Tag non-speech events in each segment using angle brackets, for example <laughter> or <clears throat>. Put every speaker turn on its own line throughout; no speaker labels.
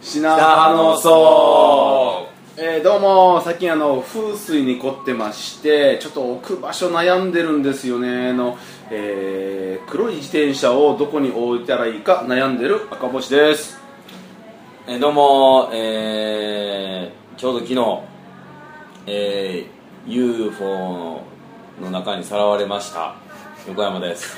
品派の層えーどうも最近あの風水に凝ってましてちょっと置く場所悩んでるんですよねの、えー黒い自転車をどこに置いたらいいか悩んでる赤星です
えーどうも、えーちょうど昨日、えー UFO の中にさらわれました横山です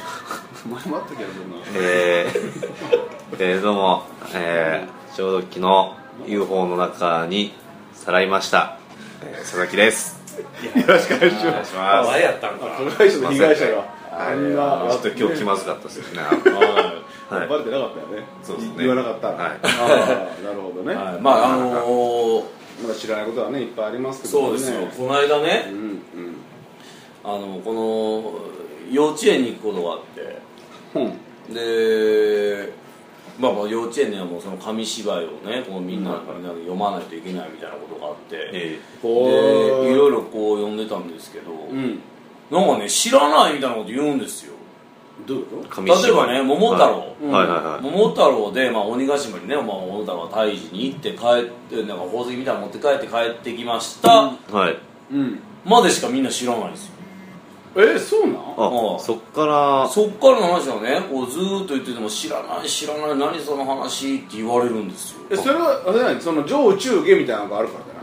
前もあったけどそんな
えーえーどうも、えーちょうど昨日 UFO の中にさらいました、えー佐々木ですよろしくお願いします
やったんか
加害者と被害者があんな
ちょっと今日気まずかったですねはい
バレてなかったよね
そうですね
言わなかった、
はい
あーなるほどね、
はい、まああのー、
まだ知らないことはねいっぱいありますけどね
そうですよこの間
う
ね
んうん
あのこの幼稚園に行くことがあって
本
でまあまあ幼稚園にはもうその紙芝居をねこうみんな,、みんなで読まないといけないみたいなことがあって、
え
ほう
でいろいろこう読んでたんですけど、
うん
なんかね知らないみたいなこと言うんですよ
どういうこと
ー紙芝居
例えばね桃太郎
はいはいはい
桃太郎で、まあ、鬼ヶ島にね、まあ、桃太郎は退治に行って帰ってなんか宝石みたいなの持って帰って帰ってきました、
はい、
うん
までしかみんな知らないんですよ
えー、そうなん
ああ
あそっから
そっからの話はねこうずーっと言ってても知らない知らない何その話って言われるんですよ
えそれはあれだねその上中下みたいなのがあるからじゃ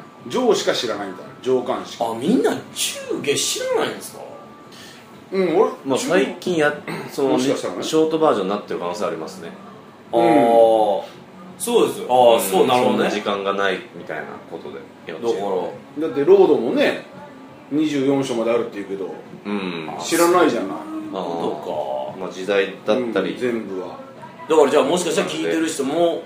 ない上しか知らないみたいな上官しか
あみんな中下知らないんですか
うん俺、
まあ、
中
最近やその、
もし
ね、シ
か
ョ
したらね
ートバージョンになってる可能性ありますね
ああそうですああ、そうなるほど
んな
ね
時間がないみたいなことで
だか
だ
ら
ってロードもね24章まであるって言うけど
うん
知らないじゃない
あー
そう
まあ、時代だったり、
うん全部は
かだからじゃあもしかしたら聞いてる人も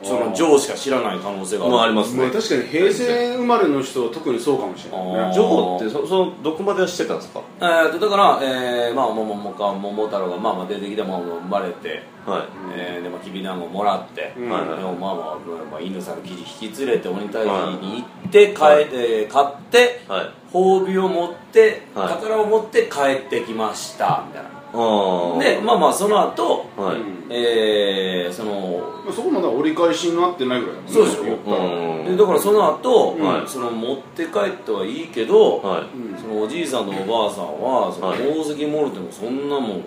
その上しか知らない可能性が
まああり
ま
ます
ま
ね
あ、確かに平成生まれの人は特にそうかもしれない
あー
ね
情報ってそそのどこまではしてたんですか
えー、とだから、えーまあ、もももか桃太郎が、まあ、まあ出てきて、まあ、生まれて、
はい
えーでまあ、きびだんごもらって、
うん
で
はいはい
もまあまあまあ、犬さんの生地引き連れて鬼退治に行って、買ええー買って、
はい
褒美を持って、
はい
宝を持って帰ってきましたみたいな、
ああ
でまあまあその後、
はい、
うん
えーその
まあそこまでは折り返しになってないぐらいだもんね
そうでしょ
言ったら
うん
でだからその後、
はい
その持って帰ってはいいけど、
はい
うん
そのおじいさんとおばあさんはその
はい
宝石もろてもそんなもん、
うん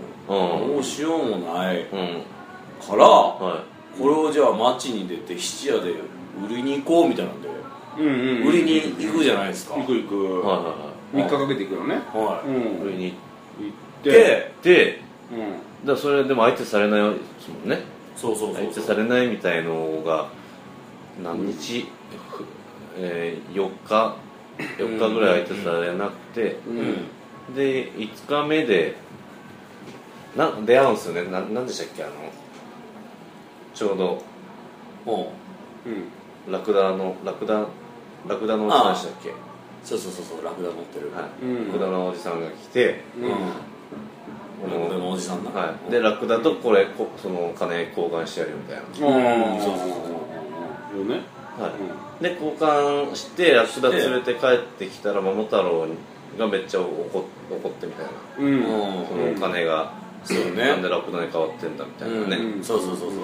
どうしようもない
うん
から、
は
これをじゃあ町に出て質屋で売りに行こうみたいなんで、
うんうんうん
売りに行くじゃないですか、
行く行
い
く、
はいは
3日かけて行くよね
は
う
い、
いはい
ん
上に
行って
で
で
うん
だからそれでも相手されないですもんね
そうそうそ
相
う
手
そう
されないみたいのが何日、ふえー、4日4日ぐらい相手されなくて、
う
うん
ん
で5日目でな出会うんですよねななんでしたっけあのちょうど
も
うん、
ラクダのラクダラクダのおじさんでしたっけ
うそうそうそうそうラクダ乗ってる、
はいう
ん
ラクダのおじさんが来て、
うん
うん
ラクダのおじさんだ、
はい、でラクダとこれこその金交換してやるみたいな、
うん
そうそう
うよね
はいで交換してラクダ連れて帰ってきたら桃太郎がめっちゃ怒っ怒ってみたいな
うんうん
うん
そのお金が、
そうね
なんでラクダに変わってんだみたいなね、
うん、そうそうそうそうそう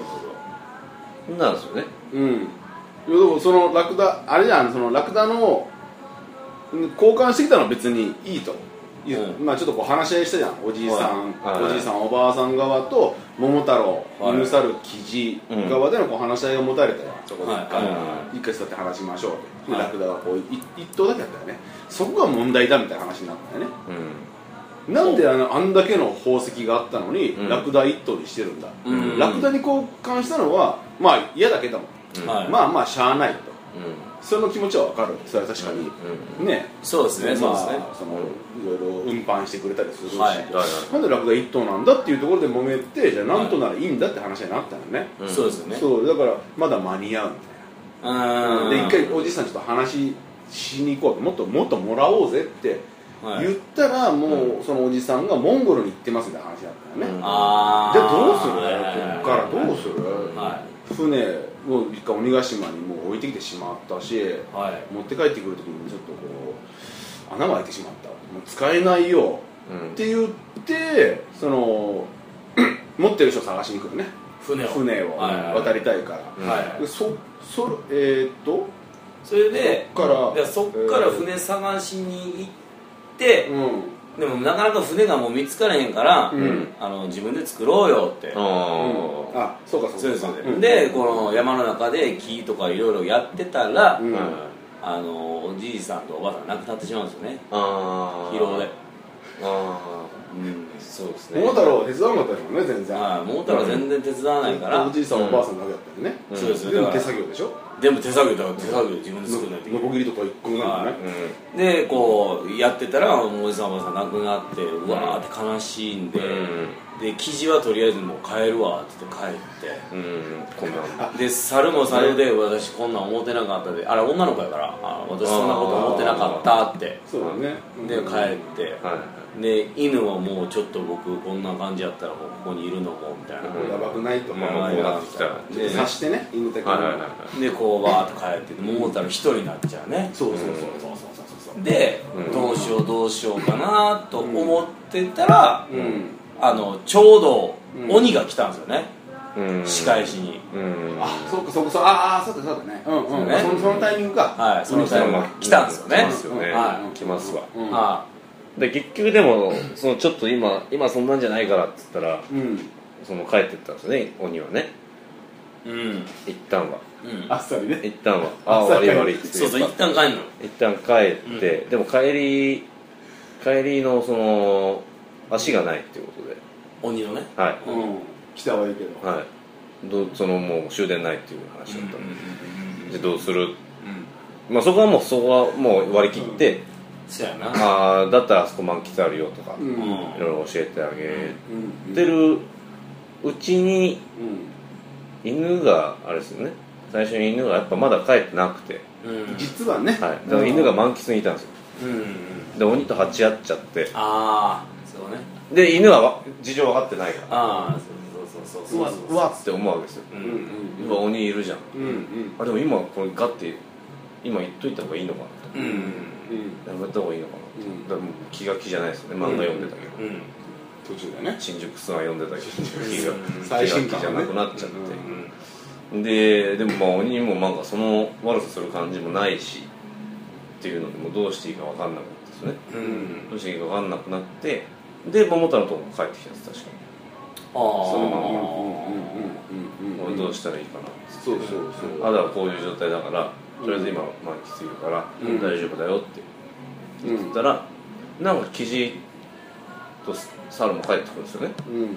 そんなんですよね
うんいやでもそのラクダあれじゃんそのラクダのうん交換してきたのは別にいいと、いや
うん
まあちょっとこう話し合いしたじゃんおじいさん、
はいはい
おじいさんおばあさん側と桃太郎、
はい
犬猿キジ側でのこう話し合いを持たれたよ、そこで一回、
はいはいは
一回座って話しましょうと、
はい
ラクダはこうい一頭だけだったよねそこが問題だみたいな話になったよね
うん
なんであのあんだけの宝石があったのに、
うん
ラクダ一頭にしてるんだ、
うん
ラクダに交換したのはまあ嫌だけども、
うん
はい
まあまあしゃあないと
うん
その気持ちはわかるそれは確かに、
う
ね
そうですね、
ま
そう
あ
ですね
そのいろいろ運搬してくれたりするし、
はい
はいはい
なんでラクダ一頭なんだっていうところで揉めてじゃあなんとならいいんだって話になったのね、
うん
そうですよね
そうだからまだ間に合うみ
う
たいな、
ん
で一回おじさんちょっと話しに行こうともっともっともらおうぜって
はい
言ったら、もう、そのおじさんがモンゴルに行ってますみたいな話だったよね、
うん
あ
じゃあどうする
はいはいはい
こっからどうする、
は
船を一回鬼ヶ島にもう置いてきてしまったし
いはい
持って帰ってくる時にちょっとこう穴が開いてしまったもう使えないよ
う
<clears throat>
ん
って言ってその持ってる人を探しに来るね
船を
船を
はいはいはい
渡りたいから、
はい
そそえー、っと
それで
そっから
でそっから船探しに行って
う、ん
でもなかなか船がもう見つからへんから、
うん
あの自分で作ろうよって、
うん
あそうか
そ
そううか
ですそうです
うん
でこの山の中で木とかいろいろやってたら、
うん
あのおじいさんとおばあさんが亡くなってしまうんですよね
あー
疲労で、
あ
うん、
ーそうですね
桃太郎手伝わなかったよね全然
ああ桃太郎全然手伝わないから、
おじいさんおばあさんだけだったよね、
うんそうですよ
でも
だ
手
から
作業でしょ
でも手作業だから手作業で自分で作らないといけ
の
ない
こぎりとか一個もないもんね
う
でこうやってたらもうおじさんおばあさん亡くなってうわーって悲しいんで、
ん
で生地はとりあえずもう帰るわって言って帰って
うんうんこんなん
で猿も猿で私こんなん思ってなかったであれ女の子やからあ私そんなこと思ってなかったって
そうだねうん
で帰って、
はい
で犬はもうちょっと僕こんな感じやったらもうここにいるのもみたいな、
もうやばくないと
まあまあこうなってきたら
ちょっと刺してね犬的に
はいはいはいはい
でこうバーッと帰ってもう思ったら一人になっちゃうね
そうそうそうそうそうそうそう
で、
うん
どうしようどうしようかなと思ってたら、
うん
あのちょうど
うん
鬼が来たんですよね、
うん
仕返しに、
うん
あそうかそうかそうああそうだそうだねうんうん
ね
そのそのタイミングか
はいそのタイミング
うん
来たんですよね
来ますよね
はい
来ますわ
うん
あ
で結局でもそのちょっと今今そんなんじゃないからって言ったら
うん
その帰ってったんですよね鬼はね
うんうん
一旦は
あっさりね
一旦はああ終わり終わりって言って
そうそう一旦帰んの
一旦帰って、でも帰り帰りのその足がないっていうことで
鬼のね
はい、
うん来たはいいけど
はいどうそのもう終電ないっていう話だった
うんんうん
で、
うん
でどうする、
うん
まあ、そこはもうそこはもう割り切って、
そうやな
ああだったらあそこ満喫あるよとか、
う
い
んうん
うん
ろいろ教えてあげ
うん
てるうちに
う
犬があれですよね最初に犬がやっぱまだ帰ってなくて、
うん
ん実はね
はい、だから犬が満喫にいたんですよ
うんうんうん
で鬼と鉢合っちゃって
ああそうね
で犬はわ事情分かってないから
ああそうそうそう
う
そう
わ
そう
うわ
っつって思うわけですよ、
う
うんん
う
うんん
うわ鬼いるじゃん
うんうん
あでも今これガッて今言っといた方がいいのかな
うん
うん
やめた方がいいのかな
うん
だからもう気が気じゃないですよね漫画読んでたけど、
うん
途中だね
新宿スワン読んでたけど気が
うん
気が
最
気
新刊ね
じゃなくなっちゃって、
うん
ででもまあ鬼にもなんかその悪さする感じもないしっていうのでもうどうしていいか分かんなくなったんですよね
うん
どうしていいか分かんなくなってで桃太郎のとこも帰ってきたんです確か
あ
そううんうん
に、
うんうんうん
俺
うん
どうしたらいいかなって
そうそうそう
あだからこういう状態だから
うん
とりあえず今満喫いるから、
うん
大丈夫だよって
うん
言ったら、なんかキジと猿も帰ってくるんですよね、
うん
うん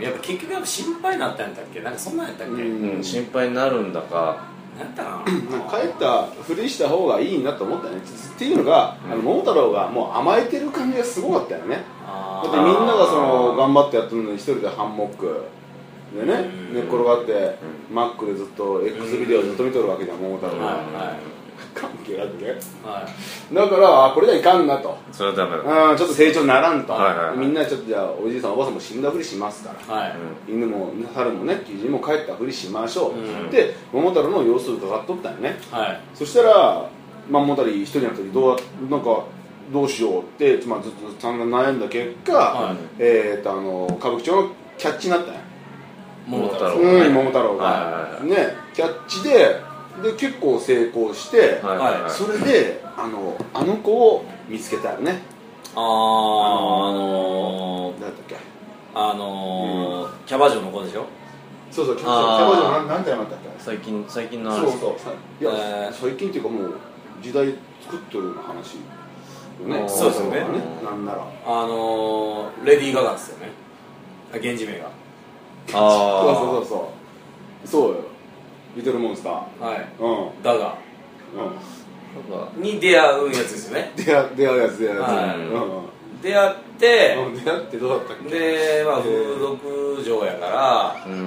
やっぱ結局やっぱ心配になったんやったっけなんかそんなんやったっけ、
うん
うん心配になるんだか
なんやったか
なん
な
か帰ったふりした方がいいなと思ったねっていうのが、あの桃太郎がもう甘えてる感じがすごかったよねだ
あ
ってみん
ー
ながその頑張ってやってるのに一人でハンモックでね
うん
寝っ転がってマックでずっと X ビデオずっと見とるわけじゃん桃太郎
はい
が
は
関係なくね
いはい
だからあこれじゃいかんなと
それはダメだ、
うんちょっと成長ならんと、
はいはいはい
みんなちょっとじゃあおじいさんおばあさんも死んだふりしますから
はい、
犬も猿もねキジも帰ったふりしましょう、
うん
で桃太郎の様子を伺っとったよね
はい
そしたら、まあ、モタリー一人の時どうやなんかどうしようって、まあ、ずっと散々悩んだ結果、
はい
えー、とあの歌舞伎町のキャッチになったんや
桃太郎
桃太郎がね
うん桃太郎が、
はいはいはい
ねキャッチでで結構成功して、
はいはいはい
それであのあの子を見つけたよね
あーあのー
誰だったっけ
あのーキャバ嬢の子でしょ
そうそうキャッチ
あ
キ
ー
ャバ嬢なんなんて名前だったっけ
最近最近の話
そうそういや、
えー
最近っていうかもう時代作ってるような話よね
そうですよね
なんなら
あのー、レディー・ガガですよねあ源氏名が
あ
そう
あ
そうそうそうそうよリトルモンスター
はい
うんうん
ガガに出会うんやつですよね
出会出会うやつ出会うやつ、
はい
うん
出会って
うん、出会ってどうだったっけ
でまあ風俗嬢やから
うん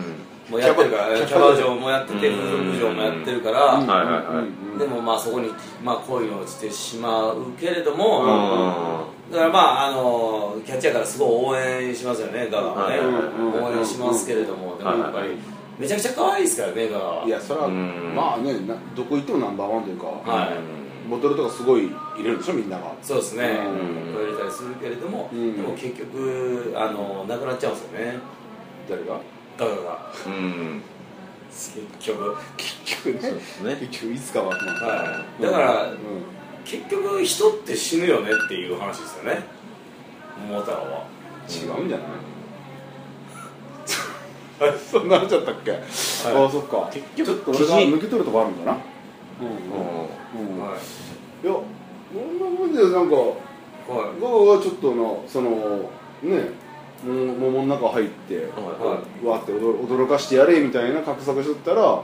もうやってるから
キ
キ
ャバ
ャバ嬢もやってて
うん
風俗嬢もやってるから、
うん
はいはいはい
うん
でもまあそこに、まあ、恋に落ちてしまうけれども、
うん
だからまああのキャッチャーからすごい応援しますよねガガはね、
はいはい
はい
応援しますけれども、でもやっぱり、
はいはい
めちゃくちゃ可愛いですからねガガはい
やそれは
うん
まあねなどこ行ってもナンバーワンというか、
はい
ボトルとかすごい入れるでしょみんなが
そうですね、
うん
取れたりするけれども、
うん
でも結局あのなくなっちゃうんですよね
誰が
ダダダ
うん
結局
結局
そう
ね
ですね
結局いつかはまあ
はいだから、
うん
結局人って死ぬよねっていう話ですよね桃太郎は
違うんじゃない <laughs> そうなっちゃったっけ、ああそっか
結
ち
局
ょっと俺が
記事
抜け取るとこあるんだなうんうん、うんいや
はい
こんなもんでなんか
は
僕はちょっとのそのねも桃の中入って、
は
わーって驚驚かしてやれみたいな画策しとったら
うん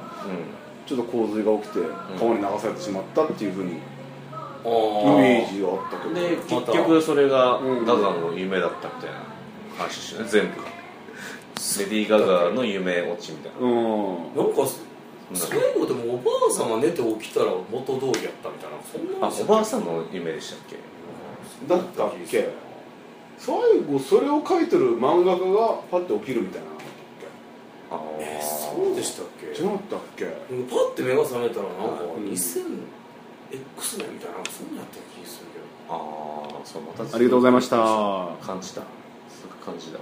ちょっと洪水が起きて川に流されてしまったっていうふうにイメ
い
ージがあったけど
で
また
結局それが
うん
ガガの夢だったみたいな話ですよね全部がレディー・ガガの夢落ちみたいな
うん
なんか最後でもおばあさんが寝て起きたら元通りやったみたいなそんな
あおばあさんの夢でしたっけ
だったっけ最後それを書いてる漫画家がパッて起きるみたいなの
あー
えーそうでしたっけ
じゃなかったっけ
なんかパッて目が覚めたらなんか
うん
2000X 年みたいなそんなんやった気がするけど
ああそうまた
ありがとうございました
感じだすごく感じだ